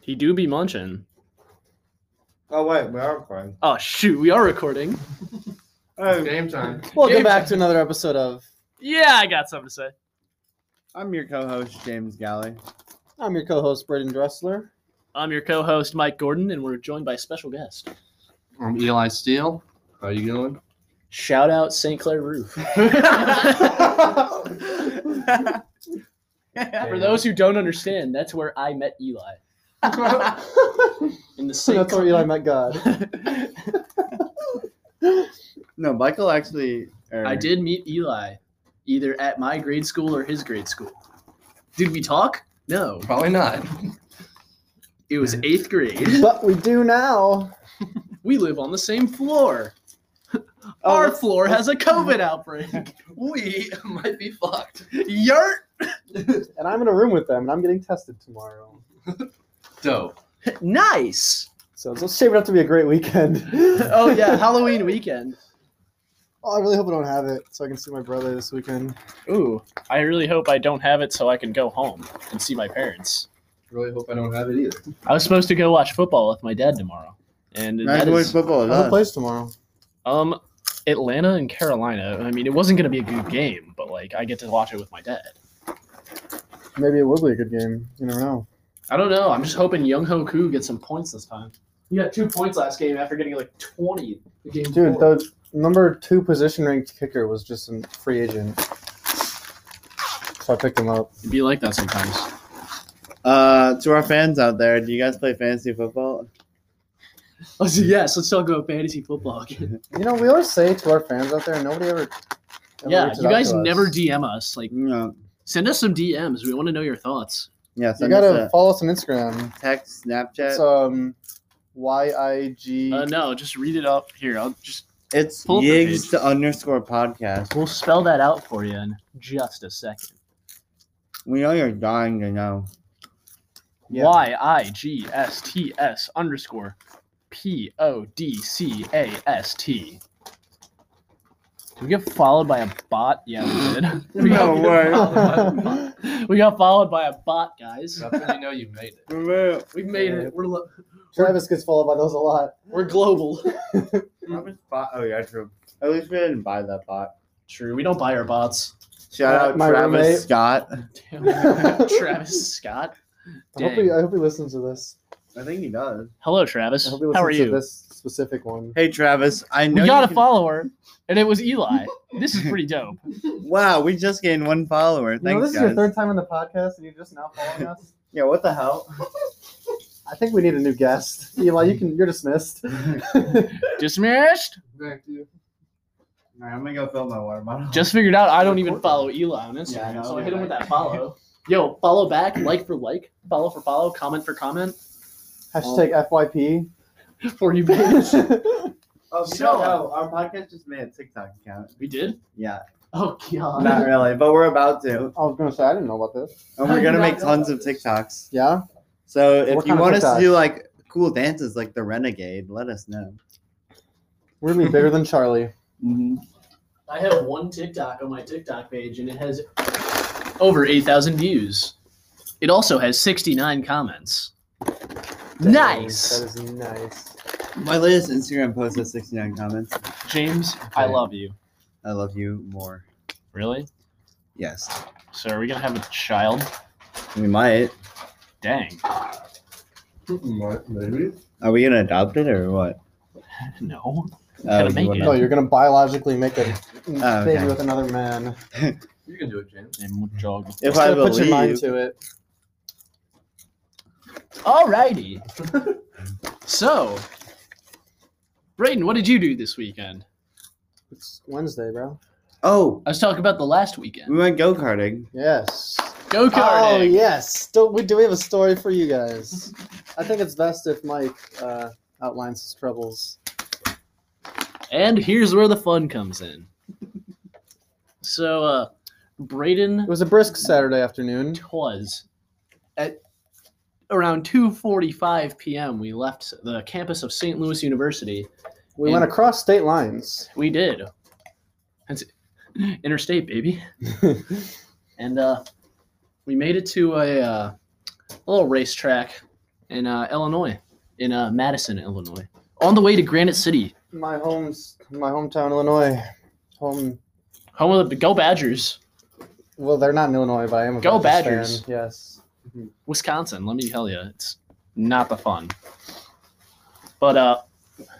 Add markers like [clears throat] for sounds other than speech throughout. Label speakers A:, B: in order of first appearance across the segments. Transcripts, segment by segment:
A: He do be munching.
B: Oh wait, we are recording.
A: Oh shoot, we are recording.
B: Oh, [laughs]
C: Game time.
D: Welcome
A: James-
D: back to another episode of
A: Yeah, I got something to say.
B: I'm your co-host James Galley.
D: I'm your co-host Braden Dressler.
A: I'm your co-host Mike Gordon, and we're joined by special guest.
C: I'm Eli Steele. How you doing?
A: Shout out St. Clair Roof. [laughs] For those who don't understand, that's where I met Eli. In the
D: So
A: St.
D: that's where
A: Clair.
D: Eli met God.
B: no, Michael actually. or-
A: I did meet Eli, either at my grade school or his grade school. Did we talk? No.
C: Probably not.
A: It was eighth grade. [laughs]
D: But we do
B: Oh,
D: now.
A: We live on the same floor.
D: Oh,
A: Our
D: let's-
A: floor has a COVID outbreak.
D: [laughs]
C: We [laughs] might be fucked.
A: Yurt.
D: And I'm in a room with them and I'm getting tested tomorrow.
C: Dope.
A: Nice.
D: So let's shape it up to be a great
B: [laughs]
D: weekend.
A: Oh yeah, Halloween weekend.
D: Oh, I really hope I don't have it so I can see my brother this weekend.
A: Ooh, I really hope I don't have it so I can go home and see my parents.
C: Really hope I don't have it either.
A: I was supposed to go watch football with my dad tomorrow, and
B: Nice
A: that
B: boys
A: is,
B: football.
D: Who
B: Play-
D: plays tomorrow?
A: um, Atlanta and Carolina. I mean, it wasn't going to be a good game, but like I get to watch it with my dad.
D: Maybe it would be a good game. You never know.
A: I don't know. I'm just hoping Young Ho Koo gets some points this time. He got two points last game after getting like 20 the game
D: Dude,
A: before.
D: the number two position ranked kicker was just a free agent. So I picked him up.
A: It'd be like that sometimes.
B: uh, to our fans out there, do you guys play fantasy football?
A: [laughs] Let's, yes, let's talk about fantasy football again.
D: You know, we always say to our fans out there, nobody ever. ever
A: Yeah,
D: reaches
A: you
D: out
A: guys
D: to us.
A: never DM us. Like,
B: No.
A: send us some DMs. We want to know your thoughts.
B: Yeah.
D: You
B: Send us
D: gotta
B: a
D: follow us on Instagram.
B: text, Snapchat.
D: It's um, y i
A: [laughs]
D: g.
A: Uh, no, just read it up here. I'll just
B: it's
A: pull up your
B: Yigs
A: page.
B: to underscore podcast.
A: we'll spell that out for you in just a second.
B: We know you're dying to know.
D: Yeah.
A: Y i g s t s underscore p o d c a s t. Did we get followed by a bot? Yeah, we did. [laughs] we,
B: No
A: got,
B: way.
A: [laughs] we got followed by a bot, guys.
C: That's when you know you made it.
A: We made it. We're lo-
D: [laughs] Travis gets followed by those
A: [laughs]
D: a lot.
A: we're global.
B: Oh yeah, true. At least we didn't buy that bot.
A: True. We don't buy our bots.
B: Shout
D: Uh,
B: out
D: my
B: Travis
D: roommate.
B: Scott.
A: Travis Scott.
D: [laughs] I hope,
A: Dang.
D: he, I hope he listens to this.
B: I think he does.
A: Hello, Travis.
D: I hope he
A: How
D: listens
A: are
D: to
A: you?
D: this specific one.
B: Hey Travis, I know
A: We
B: you
A: got a
B: can-
A: follower, and it was Eli. This is
D: [laughs]
A: pretty dope.
B: Wow, we just gained one follower.
D: you know,
B: Thanks,
D: this is your
B: guys.
D: third time on the podcast, and you're just now following us.
B: Yeah, what the hell?
D: [laughs] I think we need a new [laughs] guest. Eli, you can. You're dismissed. [laughs]
A: Dismissed.
C: Thank you.
B: Alright, I'm gonna go fill my water bottle. [laughs]
A: Just figured out I don't even follow Eli on Instagram,
B: Yeah, I know.
A: so I hit him with that [laughs] follow. Yo, follow back, like for like, follow for follow, comment for comment.
D: Hashtag FYP. [laughs]
A: For you, baby.
B: oh, you
A: So-
B: don't know, our podcast just made a TikTok account.
A: we did.
B: Yeah,
A: Oh god.
B: not really, but we're about to,
D: I was gonna say I didn't know about this.
B: and
A: How
B: we're
A: do
B: gonna
A: you
B: make
A: not know
B: tons of
A: about this?
B: TikToks.
D: Yeah.
B: So if
D: What
B: you
D: kind of
B: want us to
D: TikToks?
B: do like cool dances like the Renegade, let us know.
D: We're gonna be bigger than Charlie. Mm-hmm.
A: I have one TikTok on my TikTok page, and it has over eight thousand views. It also has sixty nine comments. [laughs]
D: Dang,
A: nice,
D: That is nice.
B: My latest Instagram post has 69 comments.
A: James. I
B: Okay.
A: love you.
B: I love you more.
A: Really?
B: Yes,
A: So are we gonna have a child?
B: we might.
A: Dang.
C: Maybe.
B: Are we gonna adopt it or what?
A: No.
B: Oh,
A: make
B: you wanna-
A: it.
D: No, you're gonna biologically make a
B: Oh,
D: baby
B: okay.
D: with another man.
C: You can do it, James.
A: And we'll jog.
B: if
D: Just
B: I
D: gotta
B: believe,
D: put your mind to it.
A: Alrighty. so, Brayden, what did you do this weekend?
D: It's Wednesday, bro.
B: oh,
A: I was talking about the last
B: we
A: weekend.
B: went go karting.
D: Yes.
A: Go
D: Oh
A: karting.
D: yes. Do we do we have a story for you guys? I think it's best if Mike uh, outlines his troubles.
A: And here's where the fun comes in. So, uh, Brayden
D: It was a brisk Saturday afternoon.
A: was at around 2:45 p.m. We left the campus of St. Louis University.
D: We went across state lines.
A: We did. That's interstate, baby. and uh, we made it to a uh, little racetrack in uh, Illinois, in uh, Madison, Illinois, on the way to Granite City,
D: My home's my hometown, Illinois. Home.
A: home of the Go Badgers,
D: Well, they're not in Illinois, but I am. A
A: Go Badgers.
D: fan, Yes.
A: Wisconsin. Let me tell you, it's not the fun. But uh,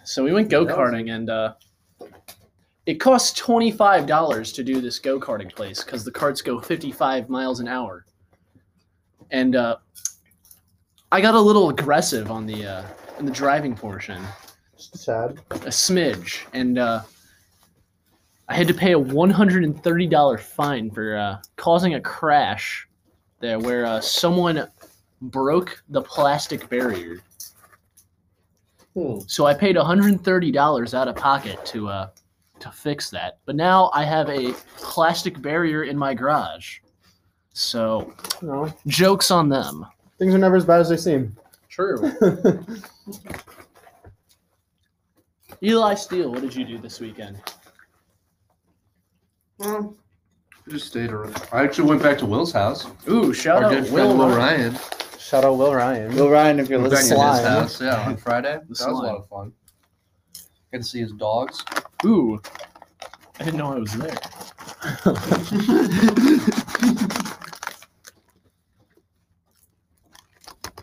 A: so we went go karting, and uh, it costs twenty five dollars to do this go karting place because the carts go fifty five miles an hour, and uh, I got a little aggressive on the uh, in the driving portion.
D: Sad.
A: a smidge, and uh, I had to pay a one hundred and thirty dollar fine for uh, causing a crash there, where uh, someone broke the plastic barrier.
C: Hmm.
A: So I paid one hundred and thirty dollars out of pocket to uh, to fix that. But now I have a plastic barrier in my garage. So
D: No,
A: jokes on them.
D: things are never as bad as they seem.
A: True. Eli Steele, what did you do this weekend?
C: Well, I just stayed around. I actually went back to Will's house.
A: Ooh, shout
C: Our
A: out
C: good
A: Will
C: friend Will
A: Ryan.
C: Ryan.
D: Shout out Will Ryan.
B: Will Ryan, if you're
C: Went back
B: listening,
C: to his
D: slime.
C: house, yeah, on Friday. That was a
A: slime.
C: lot of fun. Got to see his dogs.
A: Ooh. I didn't know I was there.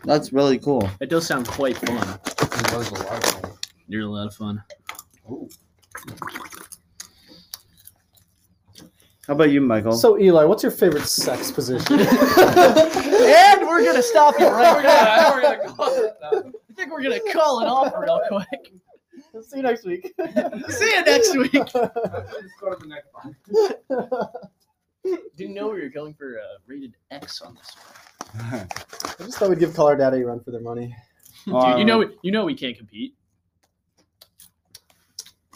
B: that's really cool.
A: It does sound quite fun.
C: It was a lot of fun.
A: You're a lot of fun.
C: Ooh.
B: How about you, Michael?
D: So Eli, what's your favorite sex position?
A: And we're gonna stop
B: [laughs]
A: it
C: We're gonna- we're gonna call it now.
A: I think we're gonna call it off real quick. [laughs]
D: See you next [laughs] week.
A: See you [laughs] next week.
C: Let's [laughs] just go to the next one.
A: Didn't know we were going for uh, rated X on this.
D: I just thought we'd give Caller Daddy a run for their money.
A: One. Dude, [laughs] you
B: Um,
A: know, you know we can't compete.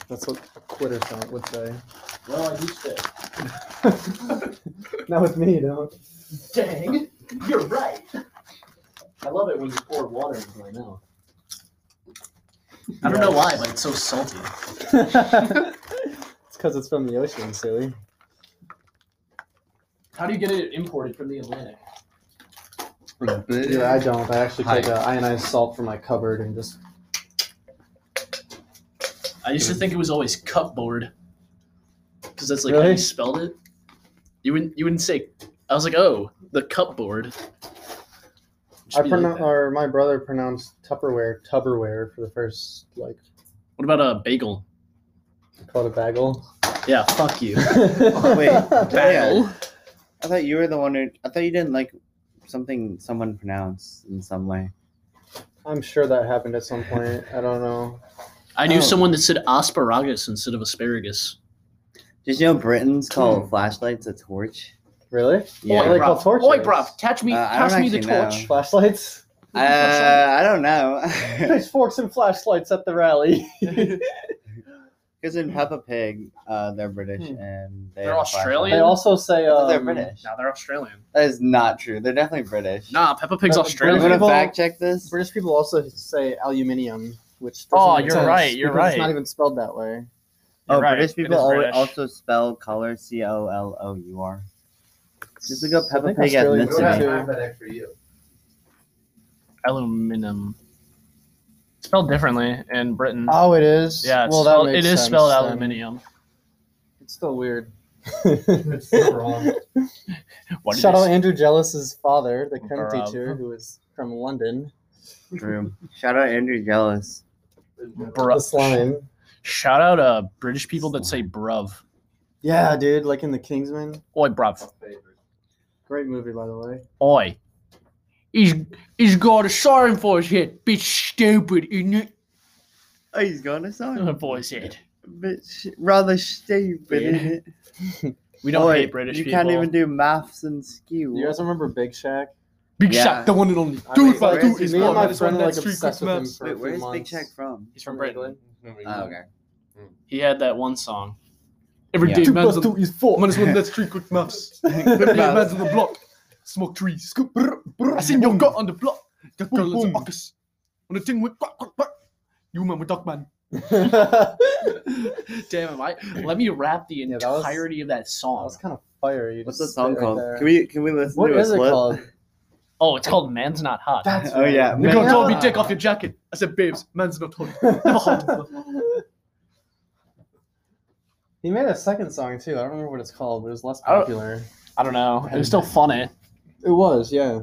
D: That's what a quitter count would say.
A: Well, I do say.
D: Not with me, don't.
A: Dang, you're right. I love it when you pour water into my mouth. I don't know why, but it's so salty.
D: [laughs] it's because it's from the ocean, silly.
A: How do you get it imported from the Atlantic?
C: For the big-
D: Yeah, I don't. I actually take uh, ionized salt from my cupboard and just.
A: I used to think it was always cupboard, because that's like how
D: Really?
A: you spelled it. You wouldn't you wouldn't say. I was like, oh, the cupboard. It should
D: I
A: be like
D: pronounce,
A: that.
D: or my brother pronounced Tupperware Tupperware for the first like
A: what about a bagel?
D: called a bagel.
A: Yeah, fuck you.
B: [laughs] Wait,
D: [laughs]
A: Bagel.
B: I thought you were the one who. I thought you didn't like something someone pronounced in some way.
D: I'm sure that happened at some point. I don't know.
A: I knew
B: Oh.
A: someone that said asparagus instead of asparagus.
B: Did you know Britons
A: Hmm.
B: call flashlights a torch?
D: Really?
B: Yeah.
D: They call torches.
A: Oi, bruv, catch me,
B: Uh, I don't
A: pass me the
B: actually know.
A: torch.
D: [laughs] Flashlights.
A: Hmm.
B: Uh, I
A: [laughs]
B: don't know. [laughs]
D: Pitchforks and flashlights at the rally.
B: Because in Peppa Pig, uh, they're British
A: Hmm.
B: and they
A: They're
B: have a flashlight.
A: Australian?
D: They also say
B: I thought
D: um,
B: they're British.
A: Now they're Australian.
B: That is not true. They're definitely British.
A: Nah, Peppa Pig's
D: That's
B: you
A: Australian.
B: want to
D: People-
B: fact check this?
D: British people also say aluminium, which doesn't
A: Oh,
D: make
A: you're
D: sense
A: right, you're
D: because
A: right.
D: It's not even spelled that way.
A: You're
B: Oh,
A: right,
B: British
A: it
B: people
A: is
B: al-
A: British.
B: also spell color C O L O U R. Just look up
D: I
B: Peppa
D: think
B: Pig
D: Australia
C: We don't have
B: ethnicity.
D: too.
C: time for that for you.
A: Aluminum. Spelled differently in Britain.
D: Oh, it is.
A: yeah, it's
D: well,
A: spelled,
D: that
A: it
D: makes
A: is
D: sense
A: spelled
D: then.
A: aluminium.
D: It's still weird.
C: It's still wrong.
A: [laughs] What
D: Shout
A: is-
D: out Andrew Jealous's father, the chem
A: Bruv.
D: teacher who is from London.
B: True. Shout out Andrew Jealous.
A: Bru-
D: The slime.
A: Shout out uh British people that say bruv.
D: Yeah, dude, like in The Kingsman.
A: Oi, bruv.
D: Great movie, by the way.
A: Oi. He's he's got a siren for his head. Bitch stupid, isn't it?
B: Oh, he's going to
A: [laughs]
B: sign.
A: For his head.
B: But sh- rather stupid,
A: Yeah.
B: isn't it?
A: We don't
B: Oh, wait,
A: hate British
B: You
A: people.
B: can't even do maths and skew.
D: Do you guys remember Big Shack?
A: Big
B: Yeah.
A: Shaq, the one and only.
D: I
A: Do
D: mean,
A: it by
B: where is
A: two
B: he?
A: is
D: me and
A: one.
D: my
A: Minus one,
D: friend were like
A: that's three
D: obsessed
A: quick
D: with him
A: maps.
D: for a few months.
B: from?
A: He's from [laughs] Britain.
C: Ah,
B: Oh, okay.
A: He had that one song. Every
B: Yeah.
A: day,
D: Two
A: man's
D: plus
A: on-
D: two is four.
A: minus one, that's three quick maths.
D: [laughs]
A: Every day, man's
B: Maths.
A: on the block. Smoke tree, scoop. brr, brr. I seen your gut on the block. That girl is a ockers. On the thing with quack, quack, quack. You man with dog man.
D: that
A: [laughs] Damn it, I let me rap the
D: [laughs] Yeah, that was-
A: entirety of that song.
D: was kind of Oh, fire. You
B: What's the
D: just
B: song
D: spit right
B: called?
D: there.
B: Can we can we listen
D: What
B: to a
D: is it
B: clip?
D: called?
A: Oh, it's called Man's Not Hot. [laughs]
D: That's
B: Oh, yeah.
A: The girl
B: Man-
A: told me, take off your jacket. I said, babes, man's not hot. Never
D: [laughs]
A: hot. [laughs]
D: He made a second song too. I don't remember what it's called, but it was less
A: I don't-
D: popular.
A: I don't know. It was still funny.
D: It was, yeah.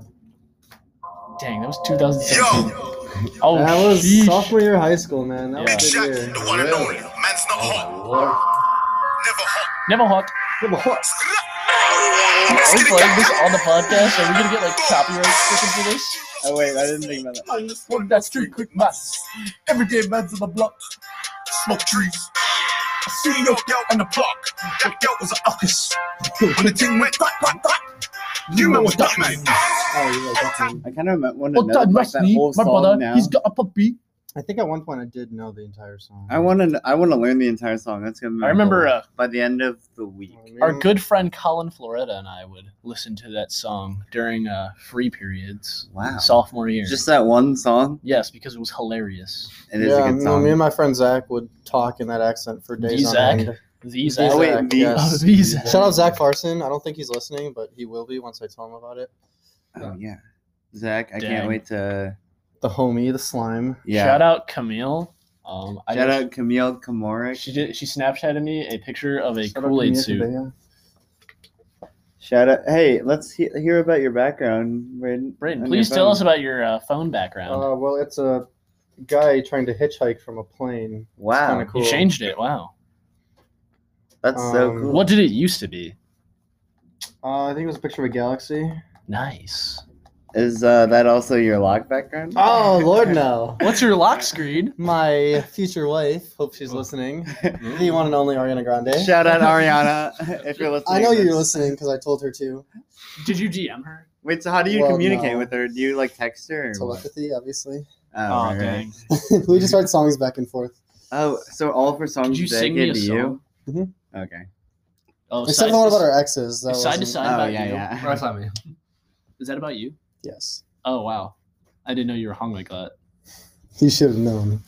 A: Dang, that was 2016. Oh,
D: that was
A: sheesh.
D: sophomore year of high school, man. That
A: Yeah.
D: was a
E: Shaq,
D: good year.
E: the one and only. Man's not hot,
C: Oh, Lord.
E: never hot.
A: Never hot.
D: Yeah, but what-
A: Are
E: Let's
A: we
E: get it,
A: playing this
E: guys.
A: [laughs] on the podcast? Are we gonna get like copyright stricken for this?
B: Oh wait, I didn't think about that.
E: On this
A: Well, that's two quick maths. Every day, man's on the block.
E: smoke trees. I see the yoke out in the park. That yoke was an
A: [laughs]
E: office. When the thing went back, back, back. You man was that man.
D: Oh, you like that one.
B: I kind of want to
A: Well
B: know
A: done,
B: about that
A: Wesley,
B: whole
A: my
B: song
A: brother.
B: now.
A: He's got a puppy.
D: I think at one point I did know the entire song.
B: I want to. I want to learn the entire song. That's gonna. Be my
A: I remember
B: goal
A: uh,
B: by the end of the week.
A: our good friend Colin Floretta and I would listen to that song during uh, free periods
B: Wow.
A: sophomore year.
B: Just that one song.
A: yes, because it was hilarious.
B: It is
D: yeah,
B: a
D: no,
B: good song.
D: me and my friend Zach would talk in that accent for days on
A: Zach?
D: end.
A: These
D: Zach,
B: Oh, wait, the-
A: Oh,
D: yes.
A: these.
D: Shout out Zach Farson. I don't think he's listening, but he will be once I tell him about it.
B: oh yeah, Zach. I
A: Dang.
B: can't wait to.
D: The homie, the slime.
B: Yeah.
A: Shout out Camille. Um, I
B: Shout
A: just-
B: out Camille Kamorek.
A: She did. She Snapchatted me a picture of a
D: Shout out
A: Kool Aid
D: Mia
A: suit.
D: Cabello.
B: Shout out. Hey, let's he- hear about your background, Braden.
A: Brayden,
B: on
A: please
B: your
A: tell
B: phone.
A: us about your uh, phone background.
D: Uh, well, it's a guy trying to hitchhike from a plane.
B: Wow,
D: kinda
A: You
D: cool.
A: changed it. Wow.
B: that's so
D: Um,
B: cool.
A: What did it used to be?
D: Uh, I think it was a picture of a galaxy.
A: Nice.
B: Is uh, that also your log background?
D: Oh Lord, no!
A: What's your lock screen?
D: [laughs] My future wife. Hope she's listening. The one and only Ariana Grande.
B: [laughs] Shout out Ariana, [laughs] if you're listening.
D: I know
B: to
D: you're
B: this.
D: listening because I told her to.
A: Did you DM her?
B: Wait, so how do you
D: Well,
B: communicate
D: no.
B: with her? Do you like text her? Or what?
D: Telepathy, obviously. [laughs]
B: Oh,
A: Oh,
B: right, right.
A: dang.
D: we just write songs back and forth.
B: Oh, so all of her songs
A: Did you
B: they
A: sing me
B: gave
A: a
B: to you?
A: song?
D: Mhm.
B: Okay.
A: Oh,
D: Except
A: side-
D: for one about our exes. That
A: is side to
D: wasn't-
A: side
B: Oh,
A: about
B: yeah,
A: you.
B: yeah.
C: That's not me.
A: Is that about you?
D: Yes.
A: Oh wow, I didn't know you were hung like that.
D: You should have known.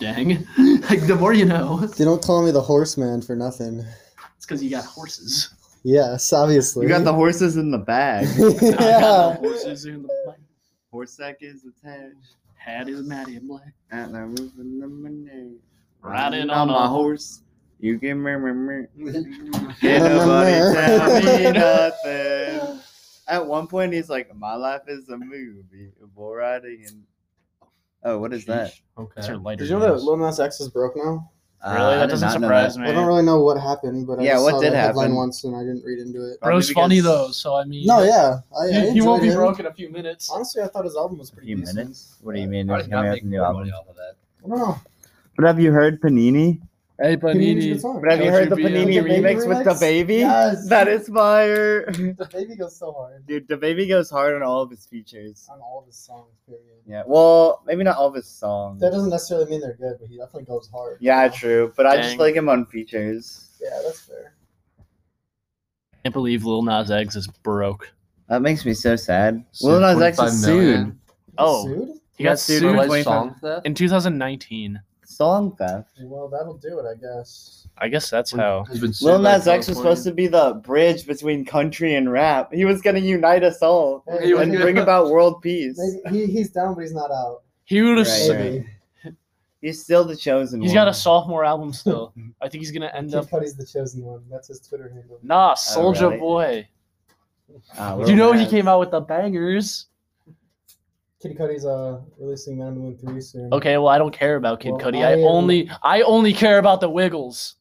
A: Dang. [laughs] like the more you know.
D: They don't call me the horseman for nothing.
A: It's because you got
B: [laughs]
A: horses.
D: Yes, obviously.
B: [laughs] You got
D: [laughs]
B: the horses in the bag.
A: I got
D: yeah.
A: the horses in the my
B: Horse sack is attached.
A: hat is matty and black.
B: And I'm moving the money.
A: Riding on a horse.
B: horse. You can remember. [laughs]
D: Yeah,
B: Can't
D: no, no,
B: nobody
A: [laughs]
D: no.
B: tell me nothing. At one point, he's like, "My life is a movie, bull riding and." Oh, what is that?
A: That's
C: Okay.
A: her lighter.
D: Did you know that
A: names.
D: Lil Nas X is broke now?
B: Uh,
A: really?
B: I
A: that
B: did
A: doesn't
B: not know
A: surprise
B: that.
A: me.
D: I don't really know what happened, but I
B: Yeah,
D: just
B: what
D: saw
B: did
D: that headline
B: happen?
D: once and I didn't read into it.
B: Probably
A: Bro's funny
B: because-
A: though, so I mean.
D: No, yeah. I, I
A: He, he won't be
D: enjoyed him.
A: broke in a few minutes.
D: Honestly, I thought his album was pretty
B: Few
D: decent.
B: minutes. What do you mean?
C: I
B: He's
C: did not
B: coming out
C: make
B: with a new
C: more
B: album.
C: money off of that.
D: I don't know.
B: But have you heard Panini?
A: Hey,
D: Panini's a good song.
B: But have you
A: Don't
B: heard
A: you
B: the
A: be a-
B: Panini
D: The baby
B: remix with the
D: remix?
B: baby?
D: Yes.
B: That is fire. [laughs]
D: The baby goes so hard
B: Dude, the baby goes hard on all of his features.
D: on all of his songs, period.
B: Yeah. Well, maybe not all of his songs.
D: That doesn't necessarily mean they're good, but he definitely goes hard.
B: Yeah, true. But I
A: Dang.
B: just like him on features.
D: Yeah, that's fair.
A: can't believe Lil Nas X is broke.
B: That makes me so sad. Lil Nas X is
C: 25
B: sued.
C: million.
A: Oh.
D: Sued?
A: He got
B: That's
A: sued
B: super
A: like,
B: lame. 25.
C: Song theft?
A: in 2019.
B: Song theft.
D: Well, that'll do it, I guess.
A: I guess that's
D: [laughs]
A: how.
C: Has been sued
B: Lil
C: by
B: Nas X
C: California.
B: was supposed to be the bridge between country and rap. He was gonna unite us all
D: Hey,
C: He
B: and
C: was-
B: bring about world peace.
D: Maybe he, he's down, but he's not out.
A: He would have.
B: Right,
A: sued.
B: right.
D: Maybe.
B: He's still the chosen
A: He's
B: one.
A: got a sophomore album
B: [laughs]
A: still. I think he's gonna end
D: Kid
A: up.
D: Cudi's the chosen one. That's his Twitter handle.
A: Nah, Soldier
B: really?
A: Boy.
B: Ah,
A: you
B: Lil
A: know he
B: Nas.
A: came out with the bangers.
D: Kid Cudi's uh releasing Man on the Moon three soon.
A: Okay, well I don't care about Kid
D: Well,
A: Cudi.
D: I
A: I,
D: am-
A: only I only care about the Wiggles.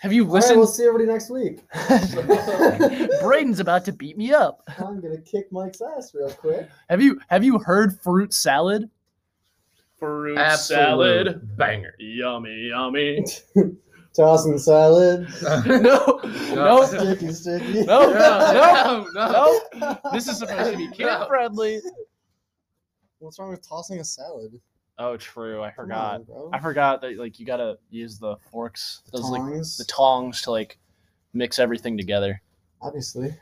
A: Have you
D: All right,
A: listened? [laughs]
D: we'll see everybody next week.
A: Braden's about to beat me up.
D: I'm gonna kick Mike's ass real quick.
A: Have you have you heard fruit [laughs] salad? Fruit
C: Absolute salad.
A: banger, yummy, yummy.
D: Tossing salad.
A: no, no,
D: sticky, sticky.
A: No, no, [laughs] no.
D: no.
A: This is supposed [laughs] to be kid
C: No.
A: friendly.
D: What's wrong with tossing a salad? Come
A: Oh, true. I forgot.
D: on, bro.
A: I forgot that like you gotta use the forks, those like
D: Tongs,
A: the tongs to like mix everything together.
D: obviously.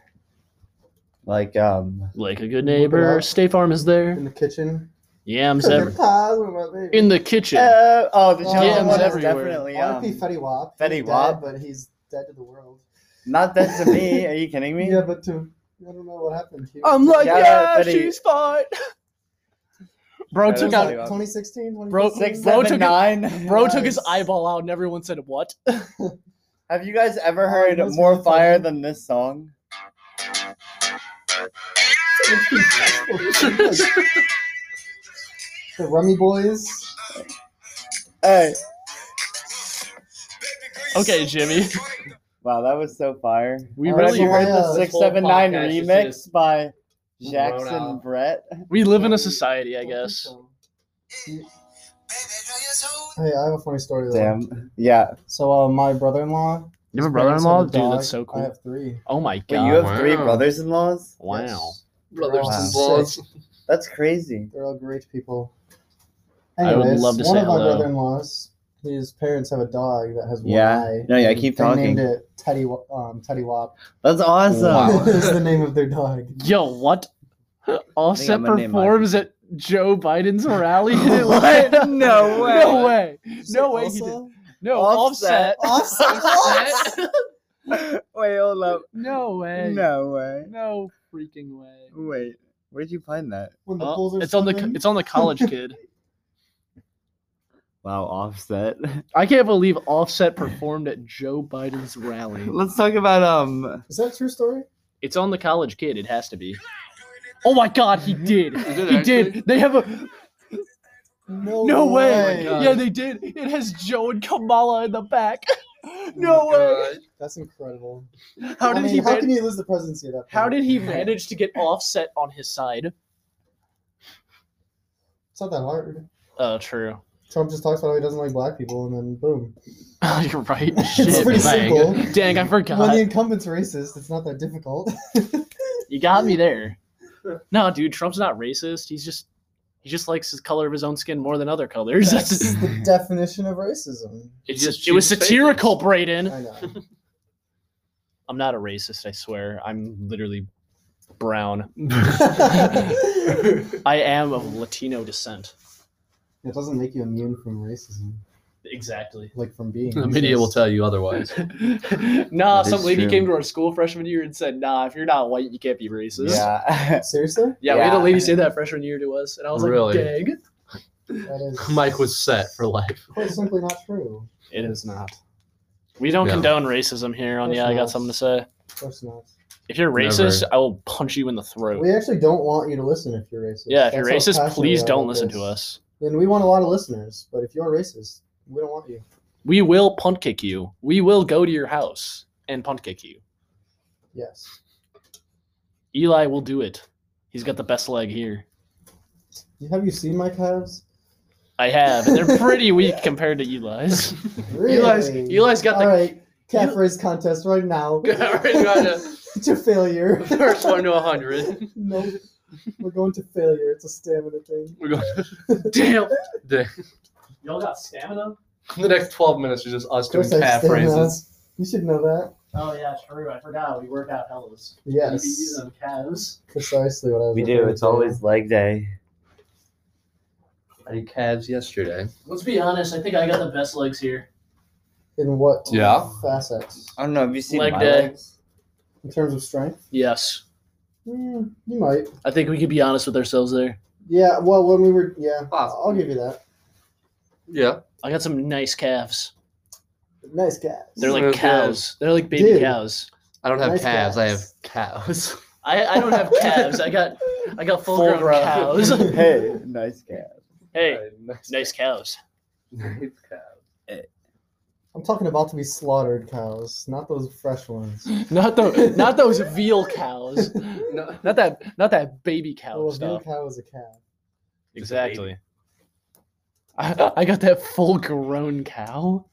B: like um
A: Like a good
D: Look it
A: neighbor,
D: up.
A: State Farm is there.
D: In the kitchen. [laughs] Ah,
A: Yams ever
D: Pies with my baby.
A: in the kitchen.
B: Uh, oh, the
D: Oh,
B: chosen
D: DMs
B: one is
A: everywhere.
B: definitely
D: RP
B: um,
D: Fetty Wap.
B: Fetty
D: He's dead,
B: Wap.
D: but he's dead to the world.
C: [laughs]
B: not that to me. Are you kidding me?
D: Yeah, but to I don't know what happened here.
A: I'm like,
B: Yeah,
A: yeah,
B: but he-
A: she's fine. [laughs] Bro
B: That
A: took
B: was
A: out
B: like-
D: 2016,
A: Bro-
D: 2015?
B: Six,
A: Bro
B: seven,
A: took it-
B: nine.
A: bro took his
D: Nice. [laughs]
A: eyeball out and everyone said what?
B: Have you guys ever heard
D: that's
B: more
D: really
B: fire
D: fucking-
B: than this song?
D: the Rummy Boys.
B: Hey,
A: Okay,
B: [laughs]
A: Jimmy. [laughs]
B: wow, that was so fire.
A: We
D: All
B: Have
A: really
B: you heard
D: yeah,
B: the
D: this
B: six
A: whole
B: seven nine
A: podcast is
B: remix
A: just-
B: by
C: Wrote
B: Jackson
C: out.
B: Brett?
A: we live in a society, I guess.
D: Hey, I have a funny story. Though.
B: Damn. Yeah.
D: So, uh, my brother-in-law.
A: You
D: his parents had a
A: Dude,
D: dog.
A: that's so
D: I
A: cool.
D: have three.
A: Oh my
B: Wait,
A: god.
B: you have three
C: Wow.
B: brothers-in-laws?
A: wow.
C: Brothers
D: Wow.
C: and laws.
B: That's crazy.
D: They're all great people.
A: I would
D: Anyways,
A: love to
D: one
A: say
D: of my
A: hello.
D: brother-in-laws, his parents have a dog that has one
B: Yeah.
D: eye.
B: No, yeah,
D: and
B: keep
D: they
B: talking.
D: named it Teddy, Wa- um, Teddy Wop.
B: That's awesome.
D: [laughs]
A: Wow.
D: is the name of their dog.
A: Yo, what? Offset
B: I'm gonna name mine.
A: performs at Joe Biden's
B: [laughs]
A: rally [laughs] in
B: What?
A: Atlanta.
B: No way.
A: No way. No way. He did. No,
B: Offset.
A: offset. [laughs]
D: Offset.
A: Offset.
B: [laughs] Wait, hold up.
A: no way.
B: No way.
A: No freaking way.
B: Wait, where'd you find that?
D: When the
A: Oh,
D: pools are
A: it's on the
D: swimming.
A: it's on the
B: [laughs]
A: college kid.
B: Wow, offset. [laughs]
A: I can't believe Offset performed at Joe Biden's rally.
B: Let's talk about um.
D: Is that a true story?
A: It's on the college kid. It has to be. Oh my God,
B: [laughs]
A: he did.
C: Is it
A: He did. They have a
D: No,
A: no way. Oh
C: God.
A: Yeah, they did. It has Joe and Kamala in the back. [laughs] No way.
D: That's incredible.
A: How
D: I
A: did
D: mean,
A: he?
D: How
A: man-
D: can you lose the presidency at that point?
A: How did he manage to get offset on his side?
D: It's not that hard.
A: Uh, true.
D: Trump just talks about how he doesn't like black people, and then boom.
A: [laughs] You're right.
D: It's
A: Shit,
D: pretty
A: [laughs] dang.
D: simple.
A: Dang, I
D: When
A: forgot.
D: the incumbent's racist, it's not that difficult. [laughs]
A: You got me there. No, dude, Trump's not racist. He's just he just likes his color of his own skin more than other colors.
D: That's
A: That's just,
D: the definition of racism.
A: [laughs] it
C: He's
A: just
C: just
A: it was
C: Jesus
A: satirical, Brayden.
D: I know.
A: I'm not a racist, I swear. I'm literally brown.
D: it
A: I am of Latino descent.
D: doesn't make you immune from racism,
A: Exactly.
D: like from being.
C: The media will tell you [laughs] otherwise.
A: [laughs] nah,
B: That
A: some
B: is
A: lady
B: true.
A: came to our school freshman year and said, "Nah, if you're not white, you can't be racist."
B: Yeah. [laughs]
D: Seriously?
A: Yeah, we had a
B: Yeah.
A: lady say that freshman year to us, and I was like,
C: Really?
A: "Dang,
D: That
A: [laughs]
D: is
C: Mike was set for life.
D: quite simply not true.
A: it is not." We don't
C: No.
A: condone racism here. On
D: Of
A: yeah, I got
D: course
A: something to say.
D: Of course not.
A: If you're racist, I will punch you in the throat.
D: We actually don't want you to listen if you're racist.
A: yeah, if you're
D: That's how
A: racist,
D: passionate
A: please
D: we are
A: don't
D: about
A: listen
D: this.
A: to us.
D: Then we want a lot of listeners, but if you're racist, we don't want you.
A: We will punt kick you. We will go to your house and punt kick you.
D: Yes.
A: Eli will do it. He's got the best leg here.
D: Have you seen my calves?
A: I have, and [laughs] they're pretty weak compared to Eli's.
D: Really?
A: Eli's Eli's got
D: All
A: the
D: right, calf
A: Eli-
D: raise contest
C: [laughs]
D: right now. to failure.
C: First one to 100.
D: Nope. We're going to failure. It's a stamina thing.
C: We're going
A: damn.
C: Damn.
A: Y'all got stamina.
C: the next 12 minutes is just us doing
D: Course I
C: calf
D: stamina.
C: raises.
D: You should know that.
A: Oh yeah, true. I forgot we work out hellas.
D: Yes.
A: calves.
D: Precisely what I was
B: We do.
D: referring
B: It's
D: to.
B: always leg day.
C: I did calves yesterday.
A: Let's be honest. I think I got the best legs here.
D: In what
C: Yeah.
D: facets?
B: I don't know. Have you seen
A: Leg
B: my
A: day.
B: legs?
D: In terms of strength?
A: Yes,
D: Hmm, you might.
A: I think we could be honest with ourselves there.
D: Yeah, well, when we were. Yeah,
C: Possibly.
D: I'll give you that.
C: Yeah.
A: I got some nice calves.
D: Nice calves.
A: They're
C: Yeah,
A: like
C: yeah.
A: cows. They're like baby
D: Dude.
A: cows.
C: I don't have
D: Nice
C: calves.
D: calves.
C: I have cows.
A: I, I don't have calves. I got I got full, grown,
C: Full-grown.
A: cows. [laughs]
B: Hey, nice cat.
A: hey,
C: [laughs] nice,
A: nice cows.
C: nice calves.
D: I'm talking about to be slaughtered cows, not those fresh ones.
A: Not those not those veal cows.
C: No.
A: Not that not that baby cow
D: well, a veal
A: stuff.
D: cow is a calf.
C: Just a baby.
A: Exactly. I, I got that full grown cow.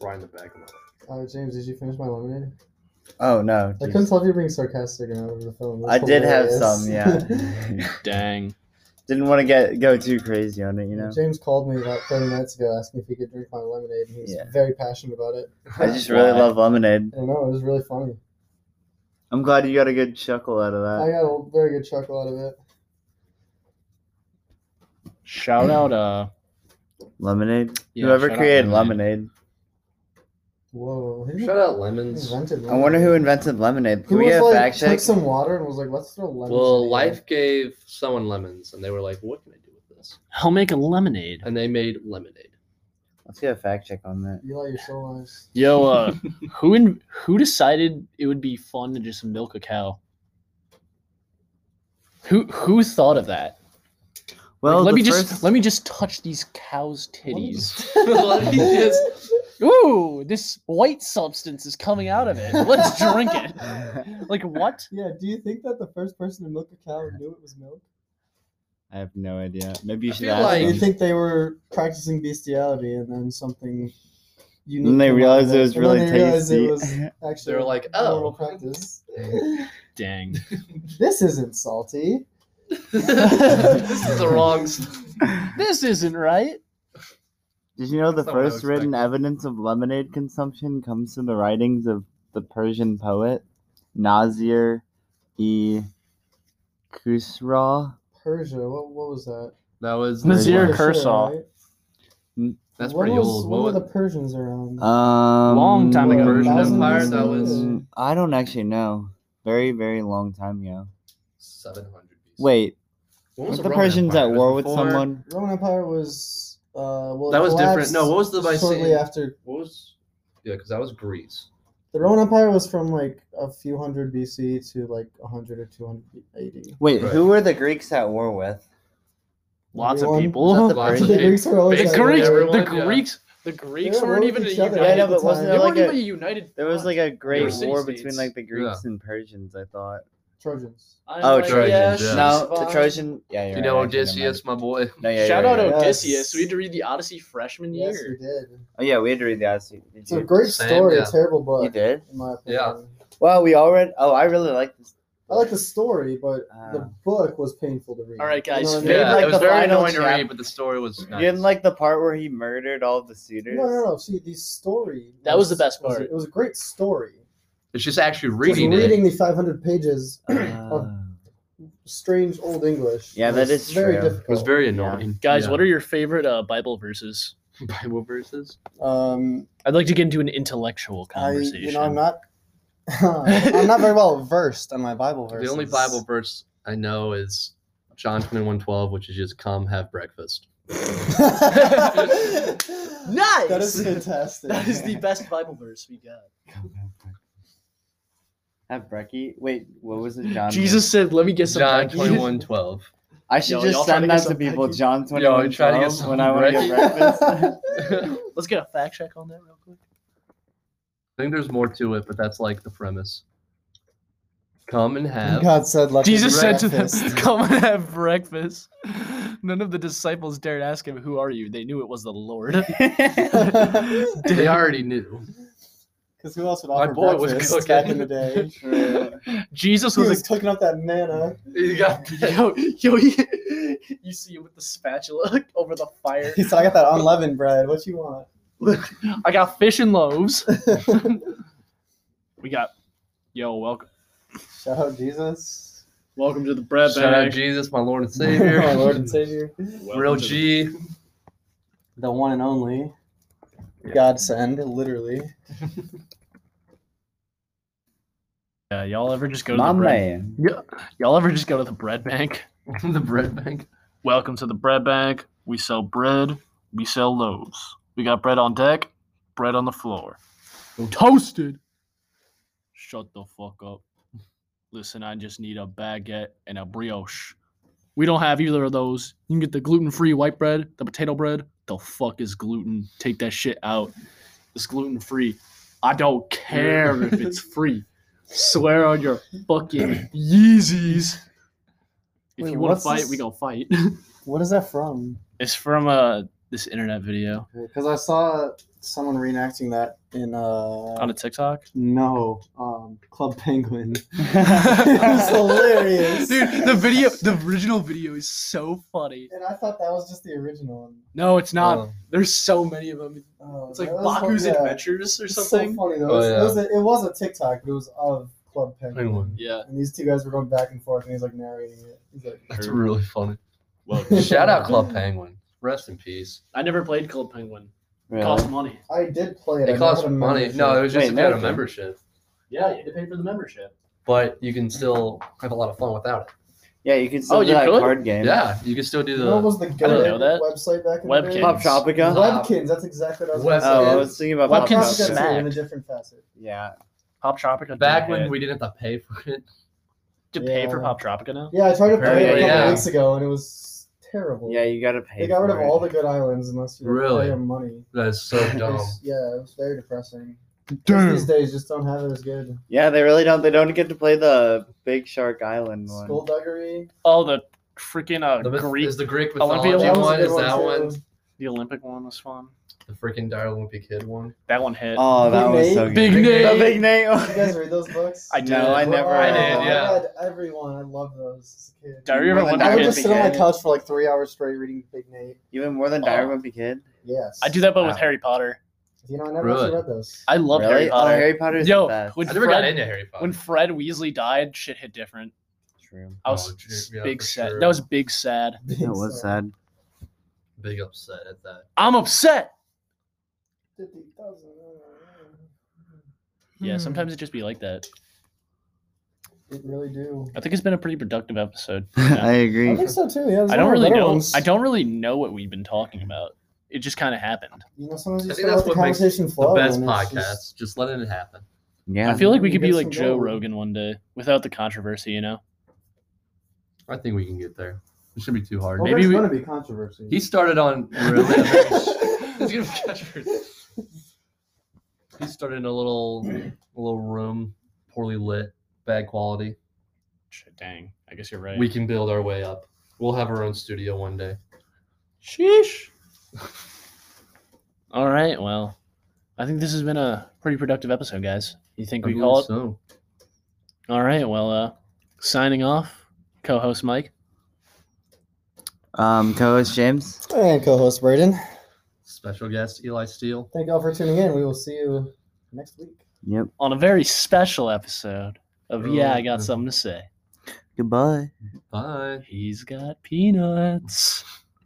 C: Right in the back of my
D: Uh, James, did you finish my lemonade?
B: Oh no.
D: I
B: geez.
D: couldn't tell if you were being sarcastic or not over the phone.
B: I
D: That's
B: did have
D: hilarious.
B: some.
D: [laughs]
B: Yeah.
A: Dang.
B: [laughs] Didn't want to get go too crazy on it, you know.
D: James called me about 30 minutes ago asking if he could drink my lemonade, and he was
B: Yeah.
D: very passionate about it.
B: I just really love lemonade.
D: I don't know, it was really funny.
B: I'm glad you got a good chuckle out of
D: I
B: that.
D: got a very good chuckle out of it.
A: Shout out uh
B: Lemonade.
A: yeah, uh,
B: Whoever
A: shout out
B: created
A: lemonade.
B: lemonade.
D: Whoa. who
F: Shout out lemons.
D: Invented
B: I wonder who invented lemonade. Can
D: Who
B: we
D: was
B: get a
D: like
B: fact
D: took
B: check?
D: some water and was like, let's throw lemons. in
F: Well,
D: the air.
F: life gave someone lemons, and they were like, "What can I do with this?"
A: I'll make a lemonade.
F: And they made lemonade.
B: Let's get a fact check on that.
D: Eli, you're so nice.
B: [laughs]
A: Yo, uh, [laughs] who in, who decided it would be fun to just milk a cow? Who who thought of that? Like, let me just let me just touch these cows' titties.
F: Let me just-
A: Ooh, this white substance is coming out of it. Let's drink it. Like what?
D: [laughs] Yeah, do you think that the first person to milk a cow knew it was milk?
B: I have no idea. Maybe you
F: I
B: should
F: feel
B: ask.
F: like-
D: Do
B: them.
D: you think they were practicing bestiality and then something unique?
B: And they
D: came out of
B: realized it was
D: and then
B: really
D: they realized
B: tasty.
D: It was
B: [laughs]
D: actually
F: They were like,
D: normal
F: "Oh,
D: practice.
A: Dang.
D: this
F: [laughs]
D: isn't salty. [laughs]
F: this is the wrong." St-
A: This isn't right.
B: Did you know the
F: That's not what I
B: first written evidence of lemonade consumption comes from the writings of the Persian poet Nazir E. Khusraw?
D: Persia. What, what was that?
F: that was
A: Nazir
D: Persia,
A: Kursaw.
D: right?
F: That's
D: When
F: pretty
D: was-
F: old.
D: When
F: What
D: were the
F: was,
D: Persians around?
B: Um, Long
A: time ago.
F: Persian
D: Thousands of
F: Empire,
D: years
F: that was-
D: later.
B: Mm, Um, I don't actually know. Very, very long time ago.
F: seven hundred.
B: Wait,
F: when was
B: weren't the
F: the Roman
B: Persians
F: Empire?
B: at war with
F: Before-
B: someone?
D: Roman Empire was. Uh, well, it
F: That was different. No,
D: collapsed
F: what was the
D: shortly
F: Byzantine?
D: after
F: What was? Yeah, because that was Greece.
D: the Roman Empire was from like a few hundred BC to like 100 or 280.
B: Wait,
F: Right.
B: who were the Greeks at war with?
A: Lots of
D: Everyone-
A: people.
F: Lots
D: The
F: of
D: Greeks were always
A: The
F: Basically
D: at war.
A: Greeks, the
F: everyone, yeah.
A: Greeks, the Greeks
D: They were
A: weren't
D: with
A: even a
D: each other.
A: united.
B: Yeah, I know,
D: at the
B: but wasn't
D: time.
A: they
B: there
A: weren't
B: like
A: even a
B: a
A: united.
B: there was
A: front.
B: like a
A: They
B: great
A: were city
B: war between
A: states.
B: like the Greeks and Persians? I thought.
D: Trojans.
A: I'm
B: Oh,
A: like,
F: Trojans,
A: yeah,
F: yeah.
A: she's
B: No, the
A: fine.
B: Trojan. Yeah, you're
F: You know
B: right, actually, never
F: Odysseus, my boy.
B: mind. No, yeah,
A: Shout
B: you're
A: out
B: right.
D: Yes.
A: Odysseus. We had to read the Odyssey freshman year.
D: Yes, we did.
B: Oh yeah, we had to read the Odyssey. Did
D: It's a
B: you?
D: great
F: Sam,
D: story.
F: yeah.
D: Terrible book.
B: You did?
D: In my opinion.
F: Yeah.
B: Well, we all read. Oh, I really like this.
D: I like the story, but
B: Ah.
D: the book was painful to read.
A: All right, guys,
D: You know what I mean?
A: favorite-
F: Yeah,
B: like
F: it was
B: the
F: very
B: final
F: annoying to
B: chap-
F: read, but the story was
B: You
F: nice.
B: didn't like the part where he murdered all the suitors?
D: No, no, no. See, the story.
A: That was the best
D: was-
A: part.
D: it was a great story.
F: It's just actually
D: Just
F: reading,
D: reading the 500 pages
B: [clears throat]
D: of
B: Ah.
D: strange old English.
B: Yeah, that
D: was
B: is
D: very
B: true.
F: it. It was
D: difficult.
F: very annoying.
A: Guys, what are your favorite uh, Bible verses?
F: [laughs] Bible verses?
D: um,
A: I'd like to get into an intellectual
D: I,
A: conversation. [laughs]
D: you know, I'm not. [laughs] I'm not very well versed on my Bible verses.
F: The only Bible verse I know is John 21 12, which is just come have breakfast.
A: nice.
D: that is fantastic.
A: That [laughs] is the best Bible verse we got.
B: Have Brecky. Wait, what was it, John?
A: Jesus said, "Let me get some."
F: John
A: Becky."
F: 21 12.
B: I should
A: Yo, y'all
B: just
A: trying to
B: send
A: get
B: that to
A: some
B: people.
A: Brecky?
B: John twenty-one
F: trying to get
B: twelve,
F: some
B: when I want to get
F: Brecky?
B: [laughs] breakfast.
F: I
A: Let's get a fact check on that real quick.
F: think there's more to it, but that's like the premise. Come and have.
D: God said, "Let
A: Jesus
D: them
A: said to them, [laughs]
D: breakfast."
A: "Come and have breakfast." None of the disciples dared ask him, "Who are you?" They knew it was the Lord.
D: [laughs]
F: They already knew.
D: Because who else would
F: My
D: offer
F: boy was cooking.
D: breakfast back in the day?
A: Jesus
D: He
A: was,
D: was cooking up that manna.
F: You got
A: like, [laughs] "Yo, yo, he- [laughs] you see him with the spatula [laughs] over the fire."
D: He said, "I got that unleavened bread. What you want?"
A: I got fish and loaves. [laughs] we got, yo, welcome,
D: Shout out Jesus,
A: welcome to the bread
F: Shout out
A: bag.
F: Jesus, my Lord and Savior.
D: [laughs] my Lord and Savior,
A: Welcome
F: Real
A: to the-
F: G.
D: the one and only Godsend, literally.
A: Yeah, y'all ever just go to
B: My
A: the bread?
B: man.
A: Y'all ever just go to the bread bank?
F: the bread bank.
A: Welcome to the bread bank. We sell bread. We sell loaves. We got bread on deck, bread on the floor. Toasted. Shut the fuck up. Listen, I just need a baguette and a brioche. We don't have either of those. You can get the gluten free white bread, the potato bread. The fuck is gluten? Take that shit out. It's gluten free. I don't care if [laughs] it's free. Swear on your fucking [laughs] Yeezys. If
D: Wait,
A: you want to
D: what's
A: fight,
D: this?
A: we gonna fight.
D: [laughs] What is that from?
A: It's from uh this internet video
D: Because I saw someone reenacting that in
A: on
D: uh
A: a TikTok.
D: no um Club
A: [laughs]
D: Penguin. it was hilarious,
A: Dude, the video, the original video is so funny.
D: And I thought that was just the original one.
A: No, it's not.
F: Oh.
A: There's so many of them.
D: Oh,
A: It's like
D: that was-
A: Baku's
D: yeah.
A: Adventures or
D: It's so
A: something.
D: funny though.
F: Oh,
D: It was-
F: yeah.
D: it, was a, it was a TikTok, but it was of Club Penguin.
F: Penguin.
A: yeah.
D: And these two guys were going back and forth, and he's like narrating it. He's like,
F: That's really funny.
A: Well,
D: [laughs]
F: Shout out Club Penguin. Rest in peace.
A: I never played Club Penguin. It
B: Really?
A: costs money.
D: I did play it. I
F: It
D: never
F: costs
D: had a
F: money.
D: membership.
F: No, it was just
B: Wait,
F: if you had a
B: American.
F: membership,
A: Yeah, you had to pay for the membership.
F: but you can still have a lot of fun without it.
B: Yeah, you could still
A: Oh,
B: do
A: you
B: that
A: could?
B: card game.
F: Yeah, you can still do
D: You know what
F: the
D: was the
A: know
D: go
A: that.
D: website back in the day?
A: Webkins.
B: Pop Tropica.
D: Webkins. That's exactly what I was
F: Webkins.
B: Oh, I
D: gonna
B: was
D: say.
B: thinking about
A: uh, Webkins
B: Pop
D: Webkins
A: Tropica's
D: is
B: Tropica.
A: smack.
D: in a different facet.
B: Yeah.
A: Pop Tropica.
F: back when we didn't have to pay for it.
A: to pay for
D: Yeah.
A: Pop Tropica now.
D: Yeah, I tried to play it a
F: Apparently,
D: couple
F: yeah.
D: weeks ago and it was terrible.
B: Yeah, you gotta pay.
D: They got rid
B: for
D: of
B: it.
D: all the good islands unless you
F: Really?
D: pay them money.
A: [laughs]
F: That's so
D: It
F: dumb.
D: was- yeah, it was very depressing. Kids These days just don't have it as good.
B: Yeah, they really don't. They don't get to play the Big Shark Island one.
D: Skullduggery.
A: Oh, the freaking uh,
F: The myth-
A: Greek,
F: is the Greek
A: Olympia
F: mythology
A: one? That was a
F: one?
A: good
F: Is that one,
D: too.
A: the Olympic one was fun.
F: the freaking Dire Olympic Kid one?
A: That one hit.
B: Oh, that
D: Big
B: was
D: Nate?
B: so good.
A: Big
B: The
A: Nate.
B: Big Nate. one.
D: You guys read those books?
A: [laughs] I did.
B: No, I never.
D: Oh,
F: I did,
D: I
F: yeah.
D: read everyone. I loved those as a kid.
A: Diary of a
B: More than
A: Wimpy
D: I
B: Diary
D: would
A: Kid.
B: of a
D: just sit on my
B: Kid.
D: couch for like three hours straight reading Big Nate.
B: Even more than Dire Wimpy Kid.
D: Yes.
A: I do that, but with Harry Potter.
D: You know, I never
F: Really?
D: actually read those. [laughs]
A: I love
B: really?
A: Harry
B: Oh,
A: Potter.
B: Harry Potter is the
A: Yo,
B: best.
A: when
F: I never got
A: Fred,
F: into Harry Potter.
A: when Fred Weasley died, shit hit different.
B: True.
A: I was
F: Oh, true. Yeah,
A: big
F: for
A: sad.
F: sure.
A: That was big sad.
B: That was sad.
F: Big upset at that.
A: I'm upset.
D: Fifty thousand.
A: Yeah, sometimes it just be like that.
D: It really do.
A: I think it's been a pretty productive episode.
B: [laughs] I
D: I
B: agree.
D: think so too. Yeah.
A: I don't really know. I don't really know what we've been talking about. It just kind of happened.
D: You know, sometimes you
F: I
D: just
F: think
D: gotta
F: that's
D: let the
F: what makes
D: conversation
F: The
D: flow.
F: best
D: and it's
F: podcast.
D: just-
F: Just... letting it happen.
B: Yeah.
A: I feel like we
D: You
A: could be
D: get
A: like
D: some
A: Joe
D: gold.
A: Rogan one day without the controversy, you know?
F: I think we can get there. It shouldn't be too hard.
D: Well,
A: Maybe
D: there's
A: we-
D: gonna be controversy.
F: He started on.
D: [laughs]
A: [laughs]
F: It's gonna be controversy. He started in a little, a little room, poorly lit, bad quality.
A: Shit, dang. I guess you're right.
F: We can build our way up. We'll have our own studio one day.
A: Sheesh. [laughs] All right. Well, I think this has been a pretty productive episode, guys. You think we call it?
F: So.
A: All right. Well, uh, signing off, co host Mike.
B: Um, co-host James.
D: And co-host Braden.
F: Special guest Eli Steele.
D: Thank y'all for tuning in. We will see you next week.
B: Yep.
A: on a very special episode of
F: Oh,
A: Yeah, I Got
F: mhm.
A: Something to Say.
B: Goodbye.
F: Bye.
A: He's got peanuts.